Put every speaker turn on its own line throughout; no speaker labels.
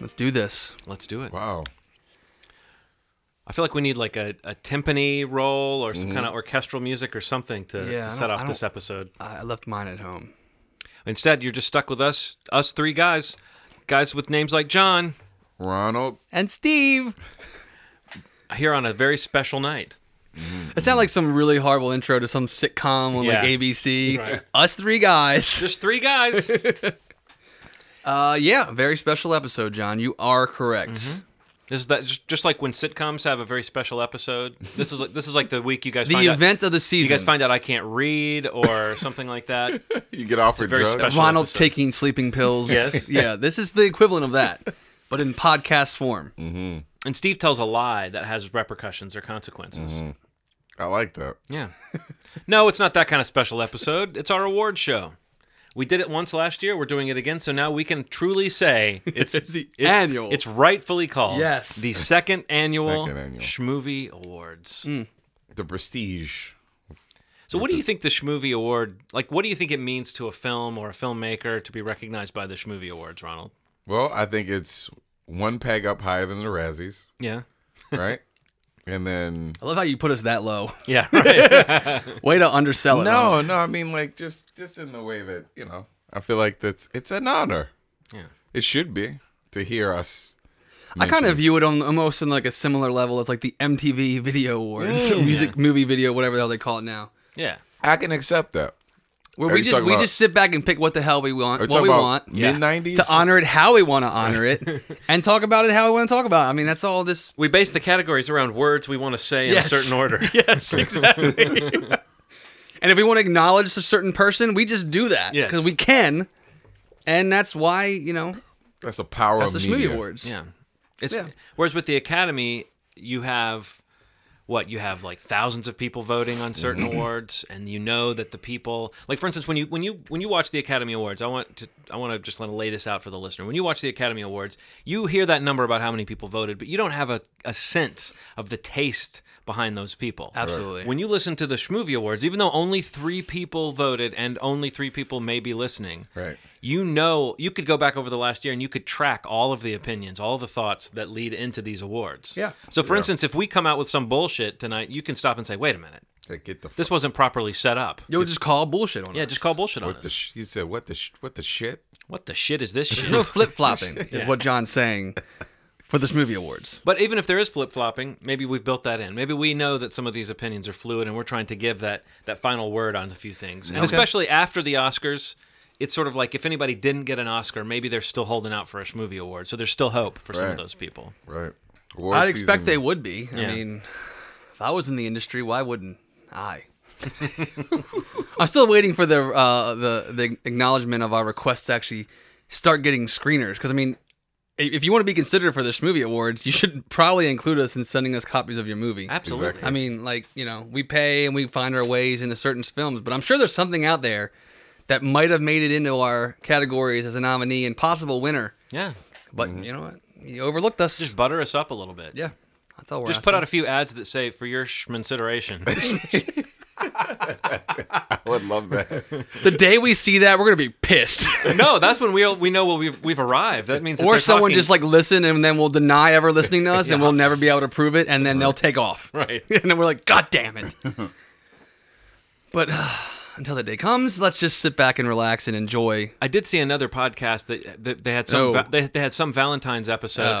Let's do this.
Let's do it.
Wow.
I feel like we need like a, a timpani roll or some
Mm-hmm.
kind of orchestral music or something to,
Yeah, I
to
don't-
set
I
off this
don't-
episode.
I I left mine at home.
Instead, you're just stuck with us, us three guys, guys with names like John,
Ronald.
And Steve.
here on a very special night.
It sounded like some really horrible intro to some sitcom on
Yeah.
like ABC.
Right.
Us three guys.
Just three guys.
Uh, yeah, very special episode, John. You are correct.
Mm-hmm. This is that just, just like when sitcoms have a very special episode. This is like this is like the week you guys
The
find out,
event of the
you
season.
guys find out I can't read or something like that.
You get offered
very
drugs.
special-
Ronald's
episode.
taking sleeping pills.
Yes.
yeah, this is the equivalent of that, but in podcast form.
Mm. And Steve tells a lie that has repercussions or consequences.
I like that.
Yeah. No, it's not that kind of special episode. It's our award show. We did it once last year. We're doing it again. So now we can truly say it's
It's the
it-
annual.
It's rightfully called
Yes.
the second annual,
Second annual.
Schmovie Awards.
Mm.
The prestige.
So, what do you think the Schmovie Award? Like, what do you think it means to a film or a filmmaker to be recognized by the Schmovie Awards, Ronald?
Well, I think it's one peg up higher than the Razzies,
Yeah.
right? and then
I love how you put us that low.
Yeah. Right.
Way to undersell it. Ronald.
no, no, I mean like just just in the way that you know. I feel like that's it's an honor.
yeah.
It should be to hear us.
I kind of
mentioned.
view it on almost on like a similar level as like the MTV Video Awards,
Mm.
music, movie, video, whatever the hell they call it now.
Yeah.
I can accept that.
Where
Are
we
you
just
talking
we
about-
just sit back and pick what the hell we want,
Are you
what
talking
we
about
want,
mid nineties?
to honor it how we want to honor it, and talk about it how we want to talk about it. I mean, that's all this.
We base the categories around words we want to say in
Yes.
a certain order.
Yes, exactly. and if we want to acknowledge a certain person, we just do that
Yes.
because we can, and that's why you know
That's the power
that's the
of
Schmovie
media.
Awards.
Yeah. It's
Yeah.
whereas with the Academy, you have what you have like thousands of people voting on certain
Mm-hmm.
awards, and you know that the people, like for instance, when you when you when you watch the Academy Awards, I want to I want to just want to lay this out for the listener. When you watch the Academy Awards, you hear that number about how many people voted, but you don't have a, a sense of the taste behind those people.
Absolutely.
When you listen to the Schmovie Awards, even though only three people voted and only three people may be listening,
Right.
you know you could go back over the last year and you could track all of the opinions all of the thoughts that lead into these awards
Yeah.
so for instance if we come out with some bullshit tonight you can stop and say wait a minute
Like, get the fuck
this wasn't properly set up
You'll just call bullshit on
yeah
us.
just call bullshit on
what
us
the sh- you said what the sh- what the shit?
what the shit is this
no
shit
flip flopping is what John's saying for the Movie Awards.
but even if there is flip-flopping maybe we've built that in maybe we know that some of these opinions are fluid and we're trying to give that that final word on a few things and especially after the oscars it's sort of like if anybody didn't get an Oscar, maybe they're still holding out for a movie award. So there's still hope for some of
Right.
those people.
Right. Award
I'd expect
season.
they would be.
Yeah.
I mean, if I was in the industry, why wouldn't I? I'm still waiting for the uh, the the acknowledgement of our requests to actually start getting screeners. Because I mean, i- if you want to be considered for the Schmovie Awards, you should probably include us in sending us copies of your movie.
Absolutely.
Exactly.
I mean, like you know, we pay and we find our ways into certain films, but I'm sure there's something out there that might have made it into our categories as a nominee and possible winner.
Yeah.
But you know what? You overlooked us.
Mm-hmm. Just butter us up a little bit.
yeah, that's all we're
Just put out a few ads that say for your sh- consideration.
I would love that.
The day we see that, we're gonna be pissed.
no, that's when we we know well, we've we've arrived. That means that
or
they're
someone
talking-
just like listen and then will deny ever listening to us, and we'll never be able to prove it, and then they'll take off.
right.
and then we're like, God damn it. but uh, until the day comes, let's just sit back and relax and enjoy.
I did see another podcast that, that they had some
Oh.
va- they, they had some Valentine's episode,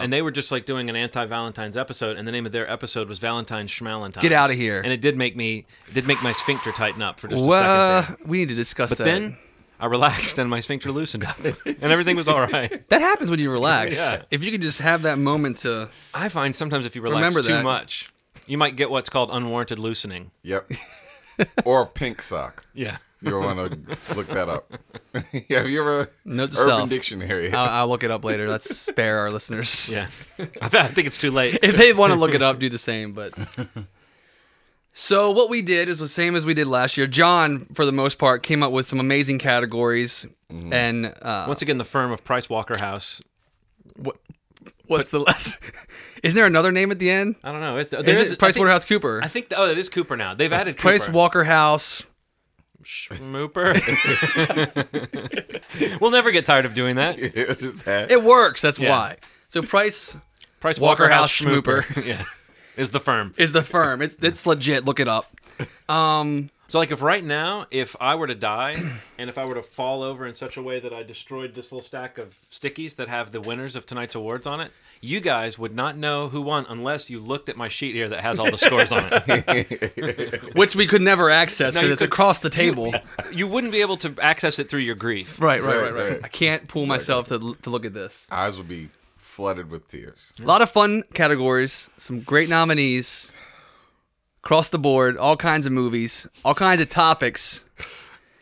Oh.
and they were just like doing an anti Valentine's episode, and the name of their episode was Valentine Schmalentine.
Get outta here.
And it did make me it did make my sphincter tighten up for just a
Well, uh,
second.
we need to discuss that.
There. Then I relaxed and my sphincter loosened up, and everything was all right.
that happens when you relax.
Yeah.
If you could just have that moment to
I find sometimes if you relax
Remember
too
that.
much, you might get what's called unwarranted loosening.
Yep. or a pink sock.
Yeah.
You want to look that up? Have you ever
Note to
Urban
self.
Dictionary?
I'll, I'll look it up later. Let's spare our listeners.
Yeah. I think it's too late.
if they want to look it up, do the same. But so what we did is the same as we did last year. John, for the most part, came up with some amazing categories. And uh,
Once again, the firm of Price Waterhouse.
what's the last? Isn't there another name at the end?
I don't know. It's, there
Is
is
it Price
I think,
Waterhouse Cooper?
I think oh, it is Cooper now. They've added Cooper.
Price Walker House.
Schmooper. we'll never get tired of doing that.
It was just that.
It works. That's
Yeah.
why. So Price
Price
Waterhouse
yeah, is the firm.
is the firm. It's it's legit. Look it up. Um,
So like, if right now, if I were to die, and if I were to fall over in such a way that I destroyed this little stack of stickies that have the winners of tonight's awards on it, you guys would not know who won unless you looked at my sheet here that has all the scores on it.
which we could never access
No,
because
you
it's
could-
across the table.
You wouldn't be able to access it through your grief.
right, right, right,
Right,
right,
right.
I can't pull myself to l- to look at this.
Eyes would be flooded with tears.
A lot of fun categories. Some great nominees. Across the board, all kinds of movies, all kinds of topics.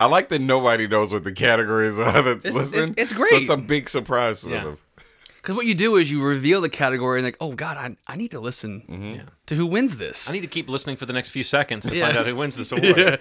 I like that nobody knows what the categories are that's
It's-
listening.
it's- it's
So
great.
it's a big surprise for
Yeah.
them.
Because what you do is you reveal the category and like, oh God, I, I need to listen to who wins this.
Mm-hmm. I need to keep listening for the next few seconds to
Yeah.
find out who wins this award.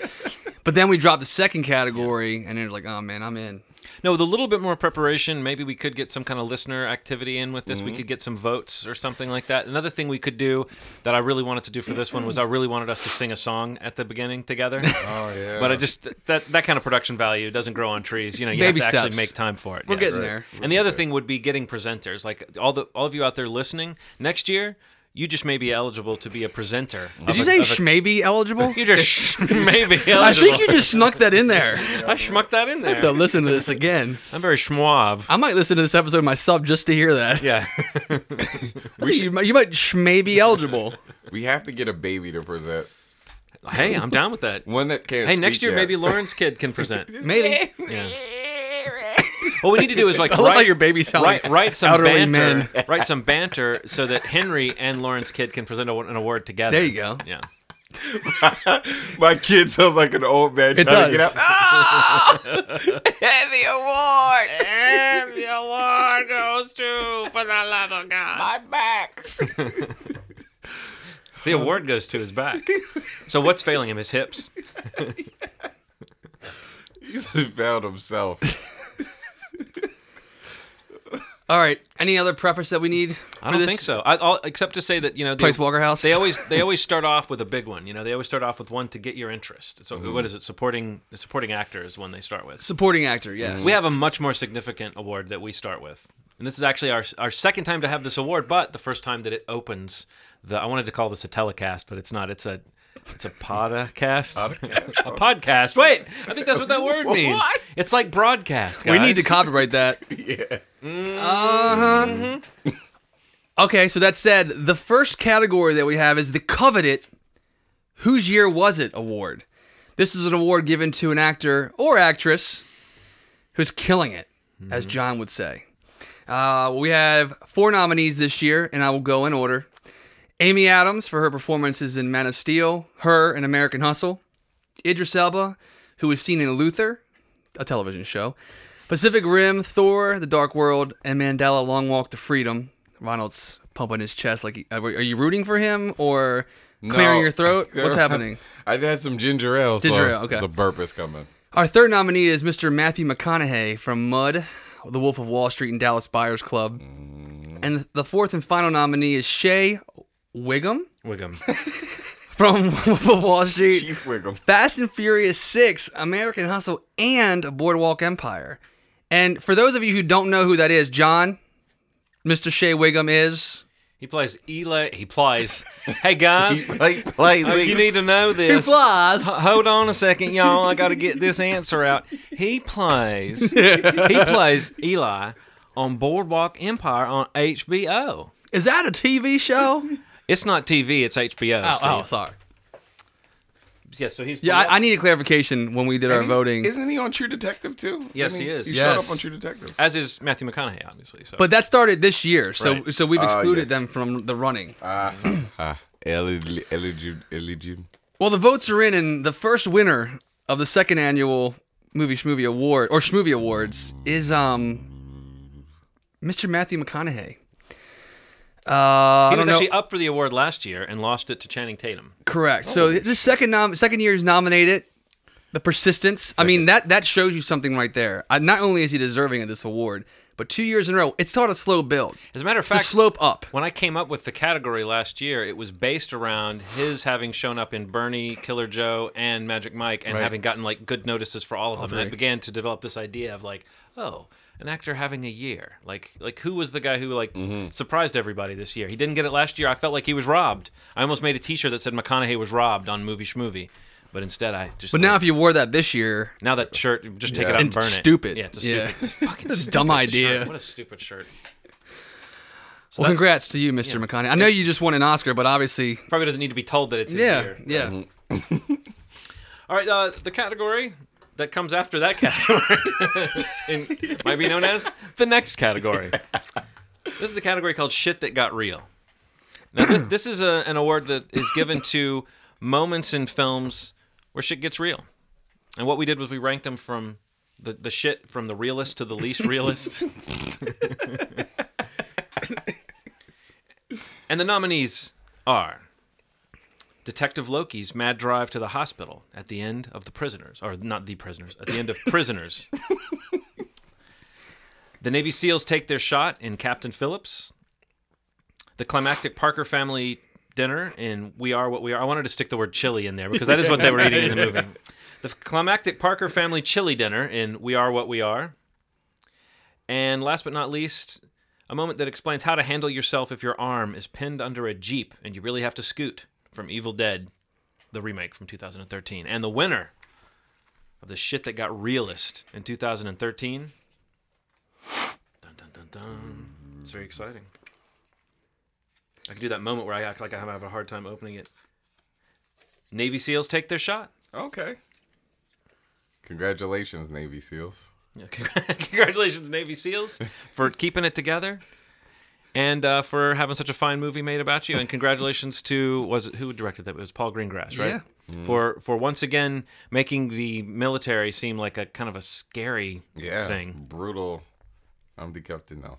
But then we drop the second category and they're like, oh man, I'm in.
No, with a little bit more preparation, maybe we could get some kind of listener activity in with this.
Mm-hmm.
We could get some votes or something like that. Another thing we could do that I really wanted to do for this one was I really wanted us to sing a song at the beginning together.
Oh yeah.
But I just that that kind of production value doesn't grow on trees. You know, you
Baby
have to
steps.
actually make time for it.
We're getting there.
And the other thing would be getting presenters. Like all the all of you out there listening, next year you just may be eligible to be a presenter.
Did you say sh- maybe eligible?
you just maybe eligible?
I think you just snuck that in there.
I schmucked that
to
in there.
listen to this again.
I'm very schmauve.
I might listen to this episode myself just to hear that.
Yeah.
I think you, might, you might sh- may be eligible.
we have to get a baby to present.
hey, I'm down with that.
One that can't.
Hey, next
speak
year
yet.
maybe Lauren's kid can present.
Maybe.
Yeah. What we need to do is like
I love how
write,
your baby's sound
write
like
write some
elderly
banter,
men.
write some banter so that Henry and Lauren's kid can present a, an award together.
There you go.
Yeah.
My kid sounds like an old man
It
trying to get
does.
out. Ah, the award.
And the award goes to for the love of God.
I'm back.
The award goes to his back. So what's failing him? His hips.
He's found himself.
All right. Any other preface that we need? For
I don't
this?
think so. I, I'll, except to say that you know the,
Price Waterhouse?
They always they always start off with a big one. You know they always start off with one to get your interest. So
Mm-hmm.
what is it? Supporting supporting actor is one they start with.
Supporting actor, yes.
We have a much more significant award that we start with. And this is actually our, our second time to have this award, but the first time that it opens the I wanted to call this a telecast, but it's not. It's a it's a podcast. a podcast. Wait, I think that's what that word means.
What?
It's like broadcast, guys.
We need to copyright that. Mm-hmm.
yeah.
Okay, so that said, the first category that we have is the coveted Whose Year Was It award. This is an award given to an actor or actress who's killing it, as John would say. Uh, we have four nominees this year, and I will go in order Amy Adams for her performances in Man of Steel, her in American Hustle, Idris Elba, who was seen in Luther, a television show, Pacific Rim, Thor, The Dark World, and Mandela Long Walk to Freedom. Ronald's pumping his chest like, he- are are you rooting for him or clearing
No.
your throat? What's happening?
I had some ginger ale.
Ginger
so
ale, okay.
The burp is coming.
Our third nominee is Mr. Matthew McConaughey from Mud, The Wolf of Wall Street, and Dallas Buyers Club. And the fourth and final nominee is Shay Wiggum
Wiggum.
from Wolf of Wall Street.
Chief Wiggle.
Fast and Furious 6, American Hustle, and Boardwalk Empire. And for those of you who don't know who that is, John, Mr. Shea Wiggum is.
He plays Eli. He plays. Hey guys,
Like plays.
you need to know this.
flies.
H- Hold on a second, y'all. I got to get this answer out. He plays. he plays Eli on Boardwalk Empire on HBO.
Is that a TV show?
It's not TV. It's HBO.
oh,
Steve.
sorry.
yeah. So he's
Yeah, I, I need a clarification when we did our
He's-
voting.
Isn't he on True Detective too?
Yes,
Didn't
he is.
He showed
Yes.
up on True Detective.
as is Matthew McConaughey, obviously. So.
But that started this year, so
Right. Oh,
so we've
yeah.
excluded them from the running.
Ah, eligible, eligible, eligible.
Well, the votes are in, and the first winner of the second annual Movie Schmovie Award or Schmovie Awards is um Mr. Matthew McConaughey. Uh, I
he
don't
was
know.
actually up for the award last year and lost it to Channing Tatum.
Correct. So this second nom- second year is nominated. the persistence. I mean, that that shows you something right there. Uh, not only is he deserving of this award, but two years in a row, it's sort of a slow build.
As a matter of
It's a
fact,
slope up.
When I came up with the category last year, it was based around his having shown up in Bernie, Killer Joe, and Magic Mike, and having gotten like good notices for all of them. And I began to develop this idea of like, oh, an actor having a year. Like, like who was the guy who like
Mm-hmm.
surprised everybody this year? He didn't get it last year. I felt like he was robbed. I almost made a T-shirt that said McConaughey was robbed on Movie Schmovie, but instead I just.
But now, if you wore that this year,
now that shirt, just take it out and
It's
burn it.
stupid.
Yeah, it's a
Yeah.
stupid, it's a fucking
It's a
stupid
dumb
shirt.
idea.
What a stupid shirt.
well,
So that's-
congrats to you, Mr. McConaughey. I know you just won an Oscar, but obviously,
Probably doesn't need to be told that it's his
yeah,
year.
yeah.
All right, uh, the category that comes after that category in, might be known as the next category. This is the category called "Shit That Got Real." Now, this, this is a, an award that is given to moments in films where shit gets real. And what we did was we ranked them from the, the shit from the realest to the least realist. and the nominees are Detective Loki's mad drive to the hospital at the end of The Prisoners, or not The Prisoners, at the end of Prisoners. the Navy SEALs take their shot in Captain Phillips. The climactic Parker family dinner in We Are What We Are. I wanted to stick the word chili in there because that is what they were eating in the movie. The climactic Parker family chili dinner in We Are What We Are. And last but not least, a moment that explains how to handle yourself if your arm is pinned under a Jeep and you really have to scoot from Evil Dead, the remake from 2013. And the winner of the shit that got realist in 2013. Dun, dun, dun, dun. It's very exciting. I can do that moment where I act like I have a hard time opening it. Navy SEALs take their shot.
Okay. Congratulations, Navy SEALs.
Yeah, congr- Congratulations, Navy SEALs, for keeping it together, and uh, for having such a fine movie made about you. And congratulations to was it who directed that? It was Paul Greengrass, right? For for once again making the military seem like a kind of a scary
Yeah.
thing.
Brutal. I'm the captain now.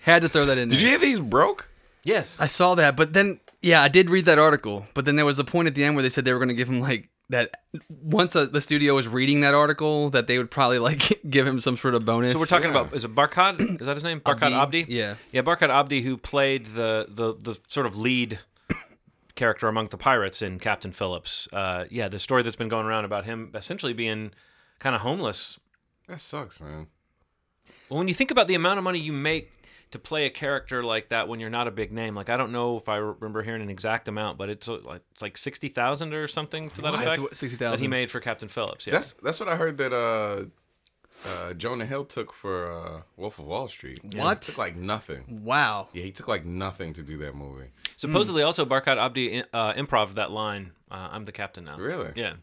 Had to throw that in.
Did
there.
you hear these broke?
Yes,
I saw that, but then yeah, I did read that article. But then there was a point at the end where they said they were going to give him like that. Once uh the studio was reading that article, that they would probably like give him some sort of bonus.
So we're talking
Yeah.
about is it Barkhad? Is that his name? Barkhad
Abdi?
Abdi.
Yeah.
yeah, Barkhad Abdi, who played the the the sort of lead character among the pirates in Captain Phillips. Uh, yeah, the story that's been going around about him essentially being kind of homeless.
That sucks, man.
Well, when you think about the amount of money you make to play a character like that when you're not a big name, like I don't know if I remember hearing an exact amount, but it's uh, like it's like sixty thousand or something to that
What?
effect.
What, $60,000?
that he made for Captain Phillips. Yeah,
That's that's what I heard that uh uh Jonah Hill took for uh Wolf of Wall Street.
What?
He took like nothing.
Wow.
Yeah, he took like nothing to do that movie.
supposedly also Barkhad Abdi uh, improv that line. Uh, I'm the captain now.
Really?
Yeah.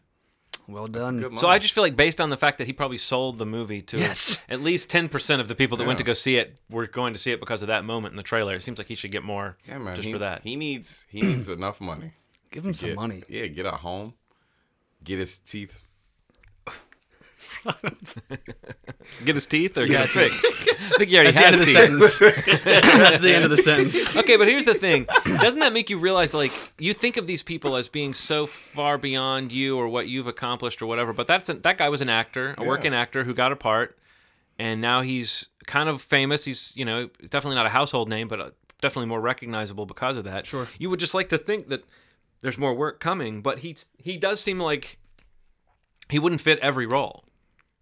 Well
It's
done.
good
So
money.
I just feel like based on the fact that he probably sold the movie to
Yes.
at least 10% of the people that went to go
Yeah.
see it were going to see it because of that moment in the trailer. It seems like he should get more
yeah, man,
just
he,
for that.
He needs he needs enough money.
Give him some
Get-
money.
Yeah, get a home. Get his teeth.
get his teeth or get it fixed. I think he already
That's the end
had
of the
teeth.
sentence. That's the end of the sentence.
okay, but here's the thing. Doesn't that make you realize like you think of these people as being so far beyond you or what you've accomplished or whatever, but that's that guy was an actor, a working actor who got a part and now he's kind of famous. He's, you know, definitely not a household name, but uh, definitely more recognizable because of that.
Sure.
You would just like to think that there's more work coming, but he he does seem like he wouldn't fit every role.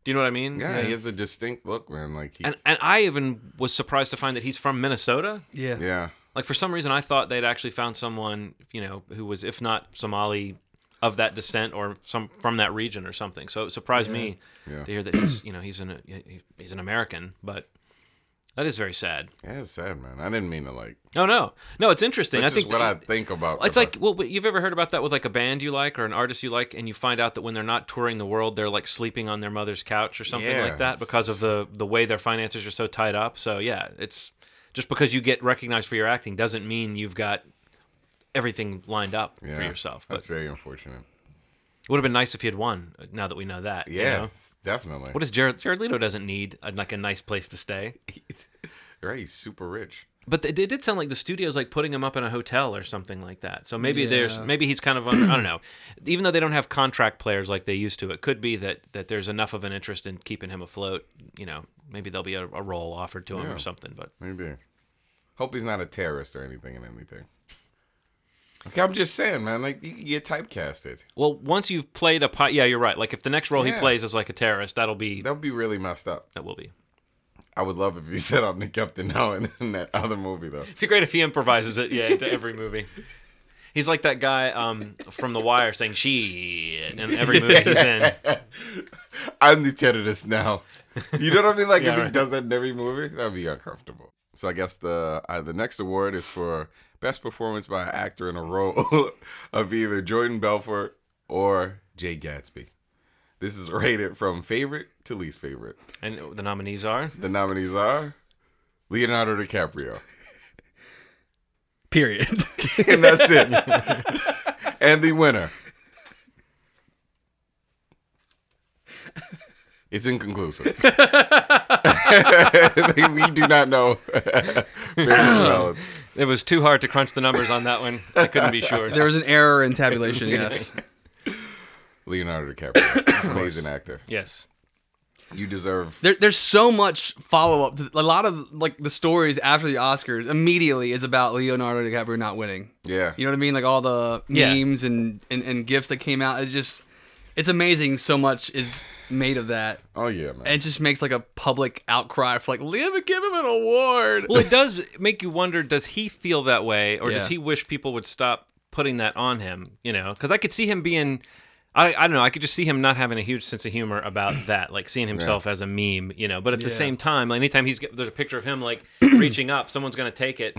Do you know what I mean?
Yeah, he has a distinct look, man. Like he,
And and I even was surprised to find that he's from Minnesota.
Yeah.
yeah.
Like for some reason, I thought they'd actually found someone, you know, who was if not Somali, of that descent or some from that region or something. So it surprised me
Yeah.
to hear that he's, you know, he's an he- he's an American, but that is very sad.
Yeah, it's sad, man. I didn't mean to like
No, no, no. It's interesting.
this
I think
is what I
that-
think e about.
it's
when I-
like well, but you've ever heard about that with like a band you like or an artist you like, and you find out that when they're not touring the world, they're like sleeping on their mother's couch or something
Yeah,
like that
it's-
because of the the way their finances are so tied up. So yeah, it's just because you get recognized for your acting doesn't mean you've got everything lined up
yeah,
for yourself. But
That's
it
very unfortunate.
would have been nice if he had won. uh, Now that we know that, you
Yeah,
know?
s- definitely.
uh, What is Jared? Jared Leto doesn't need a, like a nice place to stay.
right, he's super rich.
But it did sound like the studio's like putting him up in a hotel or something like that. So maybe there's
Yeah.
maybe he's kind of under I don't know. Even though they don't have contract players like they used to, it could be that that there's enough of an interest in keeping him afloat. You know, maybe there'll be a, a role offered to him
Yeah.
or something. But
Maybe. Hope he's not a terrorist or anything and anything. Okay, I'm just saying, man. Like you can get typecasted.
well, once you've played a pot, yeah, you're right. Like if the next role he
Yeah.
plays is like a terrorist, that'll be
That would be really messed up.
that will be.
I would love if you said I'm Nick Upton now in, in that other movie though.
It'd be great if he improvises it, yeah, to every movie. He's like that guy um, from The Wire saying "shit" in every movie he's in.
I'm the terrorist now. You know what I mean? Like
Yeah,
if he
right.
does that in every movie, that'd be uncomfortable. So I guess the uh, the next award is for best performance by an actor in a role of either Jordan Belfort or Jay Gatsby. This is rated from favorite to least favorite.
And the nominees are
The nominees are Leonardo DiCaprio,
Period.
and that's it. and the winner. It's inconclusive. we do not know. There's
It was too hard to crunch the numbers on that one. I couldn't be sure.
there was an error in tabulation. Yes.
Leonardo DiCaprio, amazing actor.
yes.
You deserve.
There, there's so much follow up. A lot of like the stories after the Oscars immediately is about Leonardo DiCaprio not winning.
Yeah,
You know what I mean? Like all the
Yeah.
memes and, and and gifts that came out. It's just, it's amazing. So much is made of that.
Oh yeah, man.
And it just makes like a public outcry for like, leave it, give him an award.
Well, it does make you wonder: Does he feel that way, or does
Yeah.
he wish people would stop putting that on him? You know, because I could see him being. I, I don't know. I could just see him not having a huge sense of humor about that, like seeing himself as a meme, you know. But at the
Yeah.
same time, anytime he's there's a picture of him like reaching up, someone's gonna take it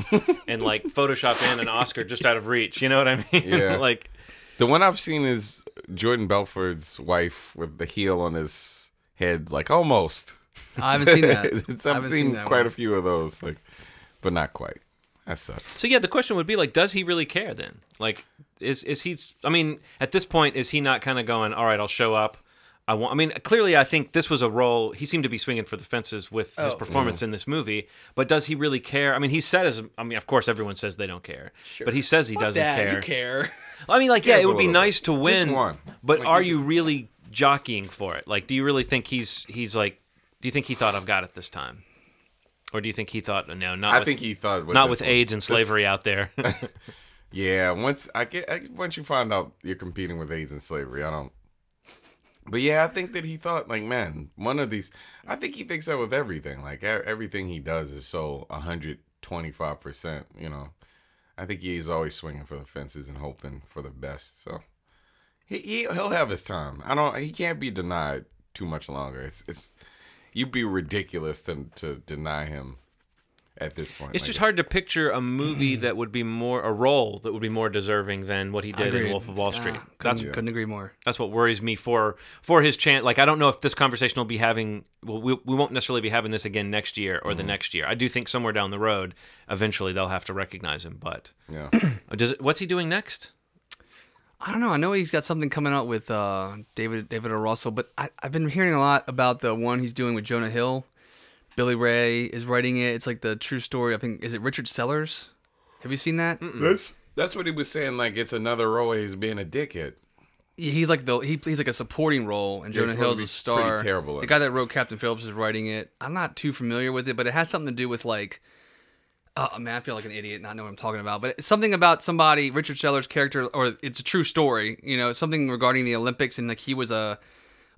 and like Photoshop in an Oscar just out of reach. You know what I mean?
Yeah.
like
The one I've seen is Jordan Belfort's wife with the heel on his head, like almost.
I haven't seen that.
It's-
I
I've
haven't
seen,
that
quite
one.
a few of those, like, but not quite. That sucks.
So yeah, the question would be like, does he really care then? Like, is is he? I mean, at this point, is he not kind of going, all right, I'll show up. I want. I mean, clearly, I think this was a role. He seemed to be swinging for the fences with his
Oh.
performance in this movie. But does he really care? I mean, he said as. I mean, of course, everyone says they don't care, but he says he doesn't
Dad,
care.
You care.
I mean, like, yeah,
Cares
it
a
would be
little
nice to win.
Just one.
But
Like,
are
you
you really jockeying for it? Like, do you really think he's he's like? Do you think he thought I've got it this time? Or do you think he thought no, not
I
with,
think he thought with
not
this
with
one.
AIDS and
This-
slavery out there?
yeah, once I get I, once you find out you're competing with AIDS and slavery, I don't. But yeah, I think that he thought like, man, one of these. I think he thinks that with everything. Like e- everything he does is so 125 percent. You know, I think he's always swinging for the fences and hoping for the best. So he, he he'll have his time. I don't. He can't be denied too much longer. It's it's you'd be ridiculous to to deny him at this point.
It's
Like,
just hard to picture a movie
Mm.
that would be more a role that would be more deserving than what he did in
Agreed.
Wolf of Wall Street.
Ah,
that's
couldn't, couldn't agree more.
that's what worries me for for his chance. Like I don't know if this conversation will be having. Well, we, we won't necessarily be having this again next year or
Mm-hmm.
the next year. I do think somewhere down the road, eventually they'll have to recognize him. But
Yeah.
uh, does it, what's he doing next?
I don't know. I know he's got something coming out with uh, David David O. Russell, but I, I've been hearing a lot about the one he's doing with Jonah Hill. Billy Ray is writing it. It's like the true story. I think is it Richard Sellers? Have you seen that?
That's that's what he was saying. Like it's another role where he's being a dickhead.
Yeah, He's like the he plays like a supporting role, and
Yeah, he's
Jonah Hill's
supposed to
a
be
star.
pretty terrible in
The
it.
guy that wrote Captain Phillips is writing it. I'm not too familiar with it, but it has something to do with like. Uh, man, I feel like an idiot not knowing what I'm talking about, but it's something about somebody Richard Sellers' character, or it's a true story. You know, something regarding the Olympics and like he was a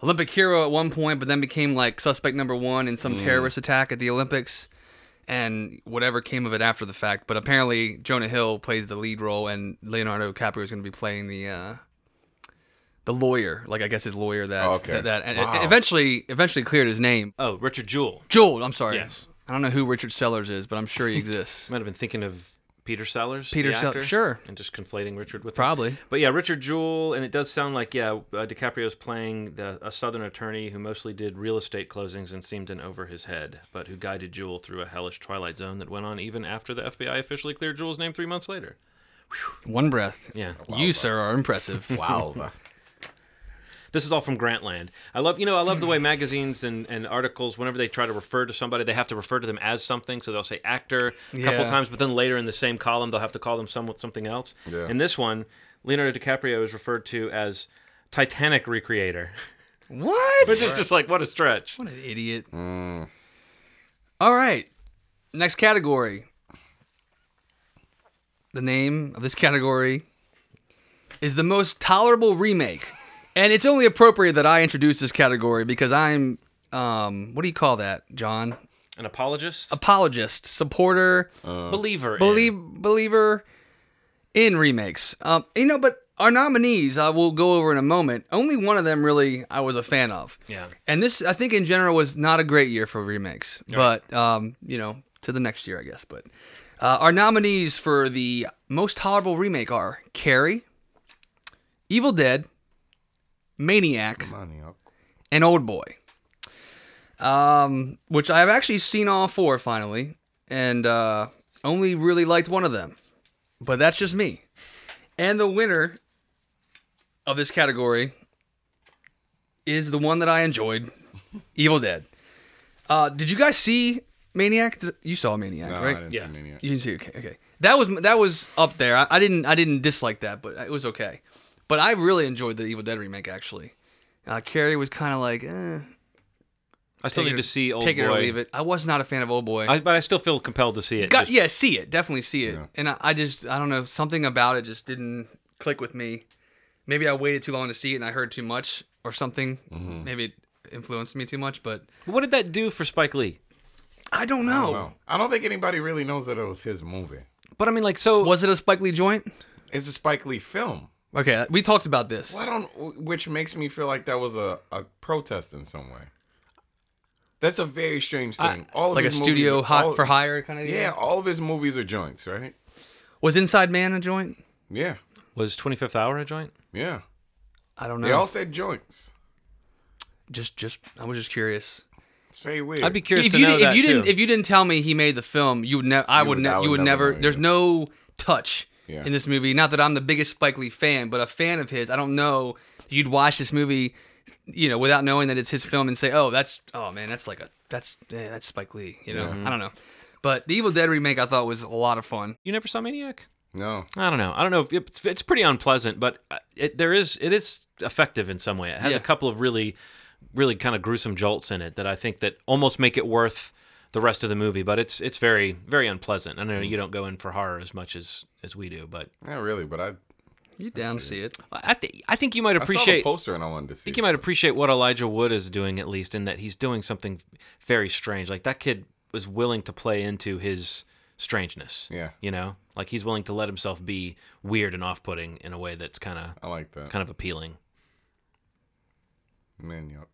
Olympic hero at one point, but then became like suspect number one in
Mm.
some terrorist attack at the Olympics, and whatever came of it after the fact. But apparently, Jonah Hill plays the lead role, and Leonardo DiCaprio is going to be playing the uh, the lawyer, like I guess his lawyer that
Oh, okay.
that, that and,
Wow.
and eventually eventually cleared his name.
Oh, Richard Jewell.
Joel, I'm sorry.
Yes.
I don't know who Richard Sellers is, but I'm sure he exists.
Might have been thinking of Peter Sellers.
Peter
the
Sell-
actor,
sure.
And just conflating Richard with him.
Probably.
But yeah, Richard Jewell, and it does sound like yeah, uh, DiCaprio's playing the, a Southern attorney who mostly did real estate closings and seemed in over his head, but who guided Jewell through a hellish twilight zone that went on even after the FBI officially cleared Jewell's name three months later.
One breath.
Yeah,
you sir are impressive.
Wowza.
This is all from Grantland. I love, you know, I love the way magazines and, and articles, whenever they try to refer to somebody, they have to refer to them as something. So they'll say actor a couple
Yeah.
times, but then later in the same column, they'll have to call them some, something else.
Yeah.
In this one, Leonardo DiCaprio is referred to as Titanic recreator,
What?
which is just like, what a stretch.
What an idiot.
Mm.
All right. Next category. The name of this category is the most tolerable remake. And it's only appropriate that I introduce this category because I'm um what do you call that, John?
An apologist? A
Apologist, supporter,
Uh, believer. in-
believe believer in remakes. Um you know, but our nominees I will go over in a moment. Only one of them really I was a fan of.
Yeah.
And this, I think, in general, was not a great year for remakes, but um, you know, to the next year, I guess. But uh, our nominees for the most tolerable remake are Carrie, Evil Dead, Maniac,
Money oh, up.
and Old Boy. Um, which I've actually seen all four finally, and uh, only really liked one of them, but that's just me. And the winner of this category is the one that I enjoyed, Evil Dead. Uh, did you guys see Maniac? Did- You saw Maniac,
No,
right?
I didn't
Yeah.
see Maniac.
You didn't see. Okay, okay. That was that was up there. I, I didn't I didn't dislike that, but it was okay. But I really enjoyed the Evil Dead remake actually. Uh, Carrie was kind of like, eh,
I still
Take
need
it-
to see Old
take
Boy.
it or leave it. I was not a fan of Old Boy.
I, but I still feel compelled to see it.
Got,
just-
yeah, see it, definitely see it.
Yeah.
And I, I just I don't know something about it just didn't click with me. Maybe I waited too long to see it and I heard too much or something. Maybe it influenced me too much, but
What did that do for Spike Lee?
I don't know.
Well, I don't think anybody really knows that it was his movie.
But I mean, like, so
Was it a Spike Lee joint?
It's a Spike Lee film.
Okay, we talked about this.
Well, I don't, which makes me feel like that was a, a protest in some way. That's a very strange thing. all of
Like a
his movies
studio
are-
hot
all-
for hire kind of
Yeah, all of his movies are joints, right?
Was Inside Man a joint?
Yeah,
was Twenty Fifth Hour a joint?
yeah.
I don't know.
They all said joints.
just, just I was just curious.
It's very weird.
I'd be curious
if
to
you
know
didn't,
that
if you didn't,
too.
if you didn't tell me he made the film, you would never. I would,
would-
ne-
I would
you would
never
never.
know
there's
either.
no touch
Yeah.
in this movie. Not that I'm the biggest Spike Lee fan, but a fan of his. I don't know. You'd watch this movie, you know, without knowing that it's his film, and say, "Oh, that's oh man, that's like a that's eh, that's Spike Lee." You know, I don't know. But the Evil Dead remake, I thought was a lot of fun.
you never saw Maniac?
no.
I don't know. I don't know. If it's, it's pretty unpleasant, but uh, it, there is it is effective in some way. It has
Yeah.
a couple of really, really kind of gruesome jolts in it that I think that almost make it worth the rest of the movie. But it's it's very very unpleasant. I know you don't go in for horror as much as as we do, but
Not really, but I,
You down to see it?
I th- I think you might
I saw the
appreciate.
poster and I wanted to see.
I think you might appreciate what Elijah Wood is doing, at least in that he's doing something very strange. Like that kid was willing to play into his strangeness.
Yeah.
You know, like he's willing to let himself be weird and off-putting in a way that's kind of
I like that.
kind of appealing.
Maniac.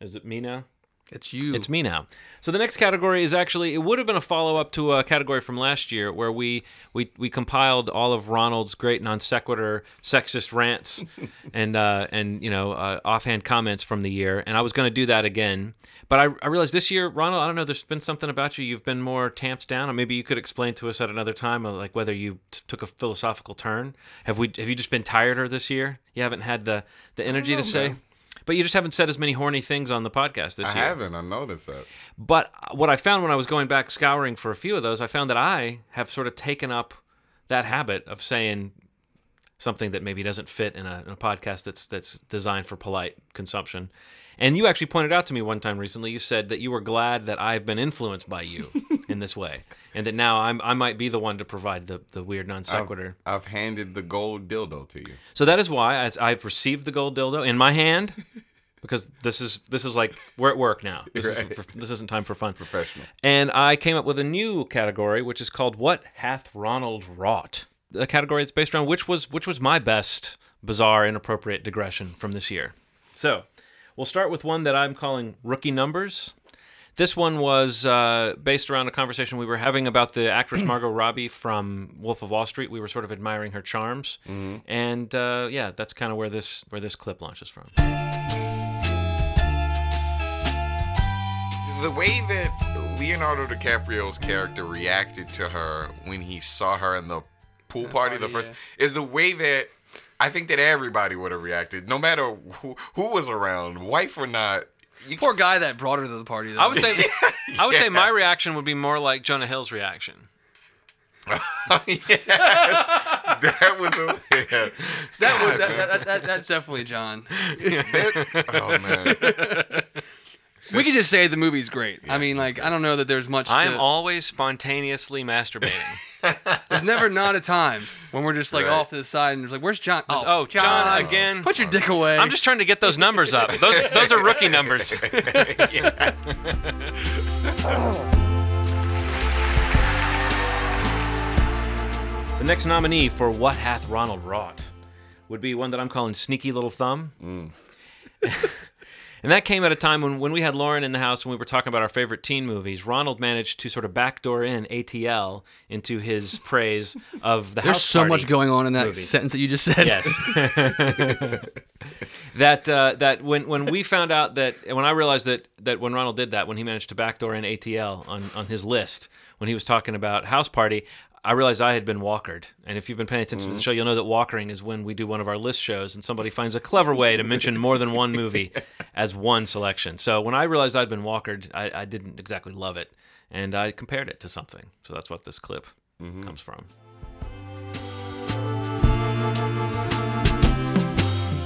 Is it me now?
It's you.
It's me now. So the next category is actually it would have been a follow up to a category from last year where we we, we compiled all of Ronald's great non sequitur sexist rants and uh, and you know uh, offhand comments from the year, and I was going to do that again, but I, I realized this year, Ronald, I don't know, there's been something about you. You've been more tamped down, or maybe you could explain to us at another time, uh, like whether you t- took a philosophical turn. Have we have you just been tireder this year? You haven't had the the energy to say. But you just haven't said as many horny things on the podcast this
I
year.
haven't. I noticed that.
But what I found when I was going back scouring for a few of those, I found that I have sort of taken up that habit of saying something that maybe doesn't fit in a, in a podcast that's that's designed for polite consumption. And you actually pointed out to me one time recently. You said that you were glad that I've been influenced by you in this way, and that now I'm I might be the one to provide the the weird non sequitur.
I've handed the gold dildo to you.
So that is why as I've received the gold dildo in my hand. Because this is this is like we're at work now. This,
Right.
isn't, this isn't time for fun.
Professional.
And I came up with a new category, which is called "What Hath Ronald Wrought." A category that's based around which was which was my best bizarre, inappropriate digression from this year. So we'll start with one that I'm calling "Rookie Numbers." This one was uh, based around a conversation we were having about the actress Margot Robbie from Wolf of Wall Street. We were sort of admiring her charms, and uh, yeah, that's kind of where this where this clip launches from.
The way that Leonardo DiCaprio's character reacted to her when he saw her in the pool party the
party,
first is the way that I think that everybody would have reacted, no matter who, who was around, wife or not. You
Poor guy that brought her to the party. Though.
I would say, I would say my reaction would be more like Jonah Hill's reaction.
that was a. Yeah.
that would
God,
that,
man.
that, that, that's definitely John.
oh man.
we could just say the movie's great. I mean, like I don't know that there's much.
I am
to-
always spontaneously masturbating.
There's never not a time when we're just like
Right.
off to the side and just like, "Where's John? Oh,
oh, John, again.
Put your dick away."
I'm just trying to get those numbers up. Those those are rookie numbers. The next nominee for What Hath Ronald Wrought would be one that I'm calling Sneaky Little Thumb. and that came at a time when, when we had Lauren in the house and we were talking about our favorite teen movies. Ronald managed to sort of backdoor in ATL into his praise of the
There's
house.
so
party.
much going on in that
movie.
sentence that you just said.
Yes. that uh, that when when we found out that when I realized that that when Ronald did that when he managed to backdoor in ATL on on his list when he was talking about house party. I realized I had been walkered, and if you've been paying attention to the show, you'll know that walkering is when we do one of our list shows, and somebody finds a clever way to mention more than one movie as one selection. So when I realized I'd been walkered, I, I didn't exactly love it, and I compared it to something. So that's what this clip comes from.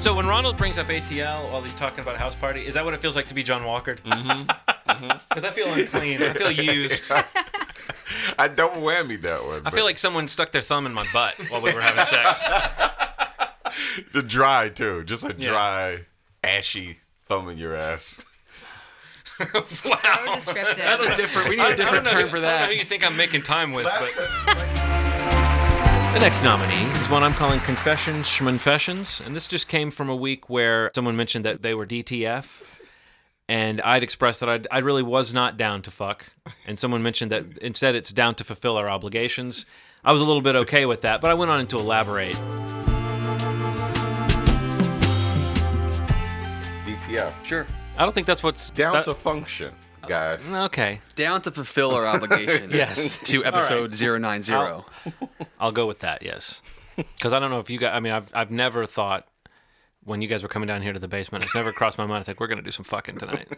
So when Ronald brings up ATL while he's talking about house party, is that what it feels like to be John Walkered? Because I feel unclean. I feel used.
I double whammy that one.
I feel like someone stuck their thumb in my butt while we were having sex.
the dry too, just a
Yeah.
dry, ashy thumb in your ass.
wow.
So descriptive.
That's a different. We need
I-
a different
I don't know
term
who-
for
I don't know
that.
who you think I'm making time with, but the next nominee is one I'm calling Confessions Schmonfessions, and this just came from a week where someone mentioned that they were DTF, and I'd expressed that I'd, I really was not down to fuck, and someone mentioned that instead it's down to fulfill our obligations. I was a little bit okay with that, but I went on to elaborate.
DTF.
Sure.
I don't think that's what's
Down
that-
to function, guys.
Okay.
Down to fulfill our obligation.
Yes.
To episode zero nine zero.
I'll go with that. Yes, because I don't know if you guys. I mean, I've I've never thought when you guys were coming down here to the basement. It's never crossed my mind. It's like we're gonna do some fucking tonight.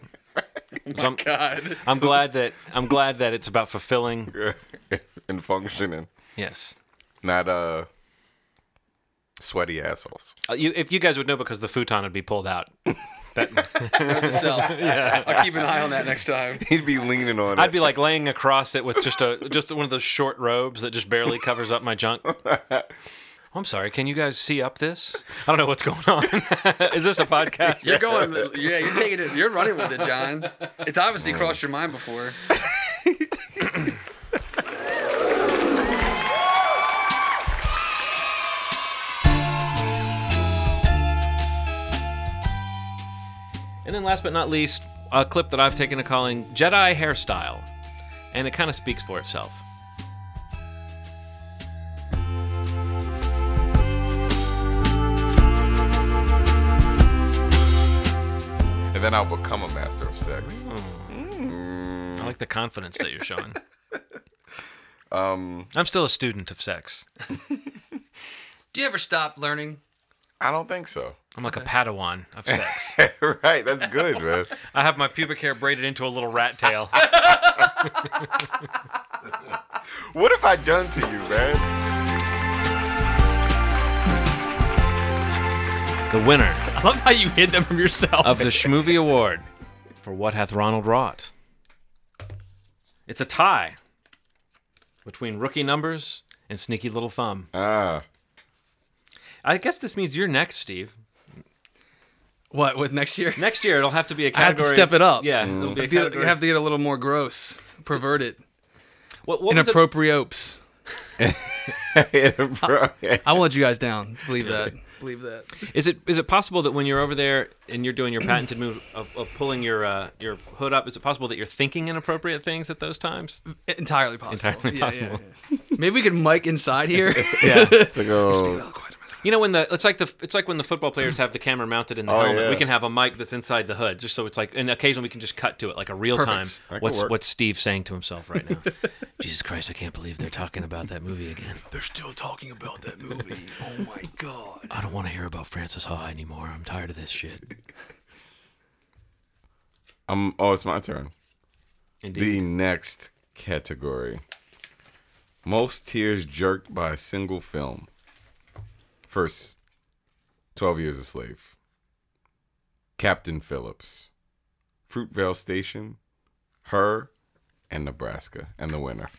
So I'm,
God.
I'm glad that I'm glad that it's about fulfilling.
and functioning,
Yes.
not uh, sweaty assholes.
Uh, You, if you guys would know, because the futon would be pulled out.
So, I'll keep an eye on that next time.
He'd be leaning on
I'd
it.
be like laying across it with just a just one of those short robes that just barely covers up my junk. Oh, I'm sorry. Can you guys see up this? I don't know what's going on. Is this a podcast?
You're going. Yeah, you're taking it. You're running with it, John. It's obviously crossed your mind before.
And then last but not least, a clip that I've taken to calling Jedi hairstyle. And it kind of speaks for itself.
and then I'll become a master of sex.
Mm. I like the confidence that you're showing.
Um,
I'm still a student of sex.
Do you ever stop learning?
I don't think so.
I'm like a Padawan of sex.
right, that's good, man.
I have my pubic hair braided into a little rat tail.
What have I done to you, man?
The winner
I love how you hid them from yourself.
of the Schmovie Award for What Hath Ronald Wrought. It's a tie between rookie numbers and sneaky little thumb.
Ah,
I guess this means you're next, Steve.
What with next year?
Next year it'll have to be a
I have to
category.
step it up.
Mm.
Yeah,
You
it'll be a
have to-
category.
you have to get a little more gross, perverted,
what, what was it-
inappropriate.
bro.
I won't let you guys down. Believe that. Believe that.
Is it is it possible that when you're over there and you're doing your patented move of, of pulling your uh, your hood up, is it possible that you're thinking inappropriate things at those times?
Entirely possible.
Entirely
Yeah, yeah, yeah. Maybe we could mic inside here.
Yeah.
It's like, oh,
You know when the it's like the it's like when the football players have the camera mounted in the
Oh,
helmet.
yeah.
We can have a mic that's inside the hood, just so it's like, and occasionally we can just cut to it like a real
Perfect.
time.
That could
What's
work.
what's Steve saying to himself right now? Jesus Christ, I can't believe they're talking about that movie again.
They're still talking about that movie. oh my god.
I don't want to hear about Francis Ha anymore. I'm tired of this shit.
Um, oh, it's my turn.
Indeed.
The next category most tears jerked by a single film. First, 12 Years a Slave, Captain Phillips, Fruitvale Station, Her, and Nebraska, and the winner.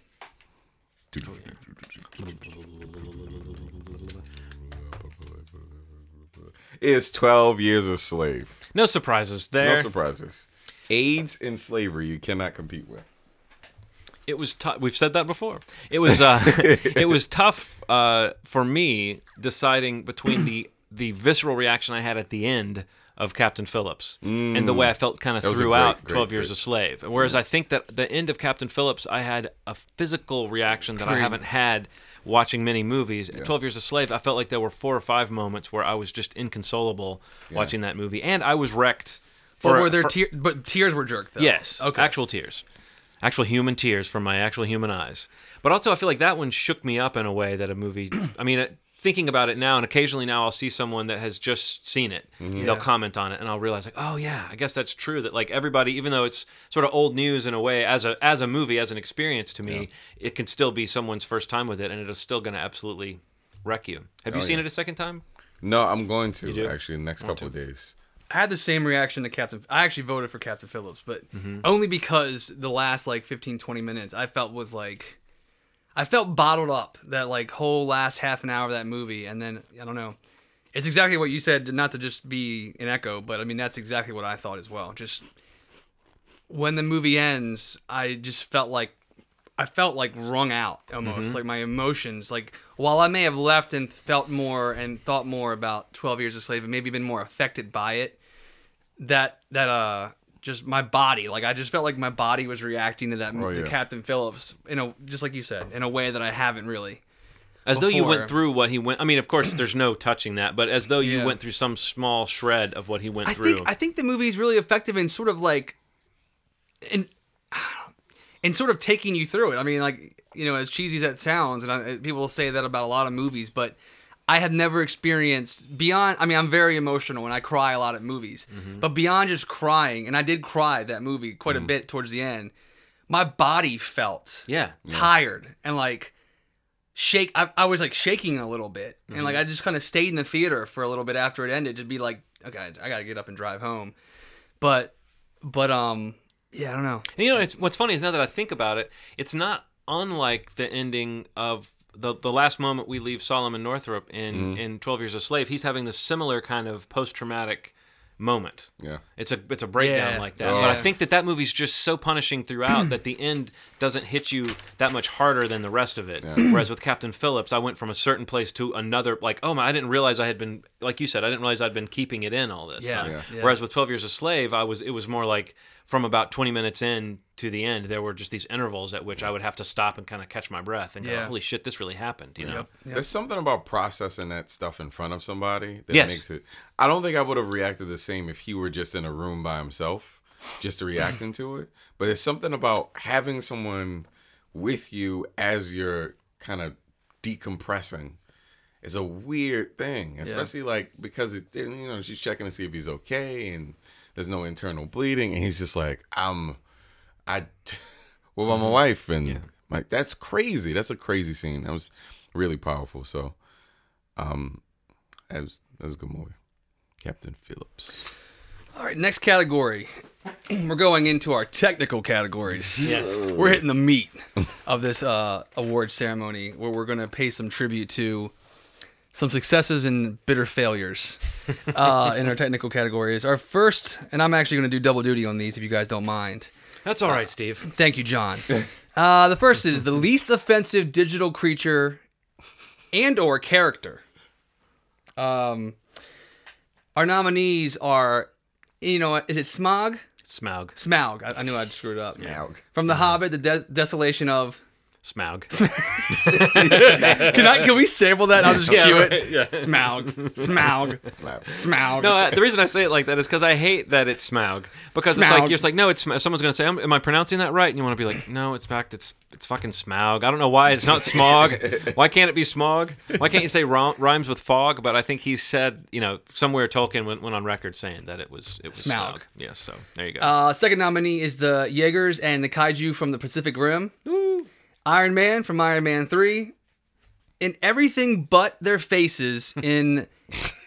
It's 12 Years a Slave.
No surprises there.
No surprises. AIDS and slavery you cannot compete with.
it was tough. We've said that before. It was uh, it was tough uh, for me deciding between the the visceral reaction I had at the end of Captain Phillips and the way I felt kind of
Mm. was a
throughout
great, great,
Twelve Years a Slave. Whereas I think that the end of Captain Phillips, I had a physical reaction that I haven't had watching many movies. At Twelve Years a Slave, I felt like there were four or five moments where I was just inconsolable watching that movie, and I was wrecked.
But
for-
were there
for-
tear? But tears were jerked though.
Yes.
Okay.
Actual tears. Actual human tears from my actual human eyes. But also, I feel like that one shook me up in a way that a movie. I mean, uh, thinking about it now, and occasionally now I'll see someone that has just seen it.
Mm-hmm.
They'll comment on it, and I'll realize like, oh yeah, I guess that's true. That like everybody, even though it's sort of old news in a way, as a as a movie, as an experience to me, it can still be someone's first time with it, and it is still going to absolutely wreck you.
Oh,
Have you seen
yeah.
it a second time?
No, I'm going to
do?
actually in the next couple of days.
I had the same reaction to Captain. I actually voted for Captain Phillips, but only because the last like 15, 20 minutes I felt was like, I felt bottled up that like whole last half an hour of that movie, and then I don't know. It's exactly what you said, not to just be an echo, but I mean that's exactly what I thought as well. Just when the movie ends, I just felt like I felt like wrung out almost,
Mm-hmm.
like my emotions. Like while I may have left and felt more and thought more about Twelve Years a Slave and maybe been more affected by it, that that uh just my body, like I just felt like my body was reacting to that
Oh,
to
yeah.
Captain Phillips in a just like you said in a way that I haven't really.
As though you went
before.
through what he went. I mean, of course, there's no touching that, but as though you
Yeah.
went through some small shred of what he went
I
through.
think I think the movie's really effective in sort of like in in sort of taking you through it. I mean, like you know, as cheesy as that sounds, and I, people say that about a lot of movies, but I have never experienced beyond. I mean, I'm very emotional and I cry a lot at movies,
Mm-hmm.
but beyond just crying, and I did cry at that movie quite a bit towards the end. My body felt
yeah.
tired and like shake I, I was like shaking a little bit and like i just kind of stayed in the theater for a little bit after it ended to be like okay i gotta get up and drive home but but um yeah i don't know
And you know, it's, what's funny is now that I think about it, it's not unlike the ending of the the last moment we leave Solomon Northrop in in Twelve Years a Slave. He's having this similar kind of post traumatic moment.
Yeah.
It's a it's a breakdown
Yeah.
like that. But I
Yeah.
think that that movie's just so punishing throughout that the end doesn't hit you that much harder than the rest of it. Whereas with Captain Phillips, I went from a certain place to another. Like, oh my, I didn't realize I had been like you said, I didn't realize I'd been keeping it in all this
Yeah.
time.
Yeah. Yeah.
Whereas with Twelve Years a Slave, I was it was more like from about twenty minutes in to the end, there were just these intervals at which I would have to stop and kind of catch my breath and go,
Yeah.
holy shit, this really happened. You know.
There's something about processing that stuff in front of somebody that
Yes.
makes it. I don't think I would have reacted the same if he were just in a room by himself, just reacting to it. But there's something about having someone with you as you're kind of decompressing is a weird thing, especially like because it, you know, she's checking to see if he's okay and there's no internal bleeding. And he's just like, I'm, I, what about my wife? And like, that's crazy. That's a crazy scene. That was really powerful. So, um, that was, that was a good movie. Captain Phillips.
all right next category we're going into our technical categories
Yes.
we're hitting the meat of this uh award ceremony where we're gonna pay some tribute to some successes and bitter failures uh, in our technical categories. Our first, and I'm actually going to do double duty on these if you guys don't mind.
That's all right, Steve.
Thank you, John. Uh, the first is the least offensive digital creature and or character. Um, our nominees are, you know, is it Smog?
Smaug.
Smaug. I, I knew I'd screwed up.
Smaug.
From The Hobbit, The De- Desolation of
Smaug.
Can I? Can we sample that? I'll just
Yeah,
cue
right,
it.
yeah.
Smaug, Smaug,
Smaug.
Smaug.
No, uh, the reason I say it like that is because I hate that it's Smaug. Because it's
Smaug.
like you're just like, no, it's Smaug. someone's gonna say, am am I pronouncing that right? And you want to be like, no, it's fact, it's it's fucking Smaug. I don't know why it's not Smog. why can't it be Smog? Why can't you say rom- rhymes with fog? But I think he said, you know, somewhere Tolkien went, went on record saying that it was it was
Smaug.
Smaug. Yes, so there you go.
Uh, second nominee is the Jaegers and the Kaiju from the Pacific Rim. Iron Man from Iron Man 3. In everything but their faces in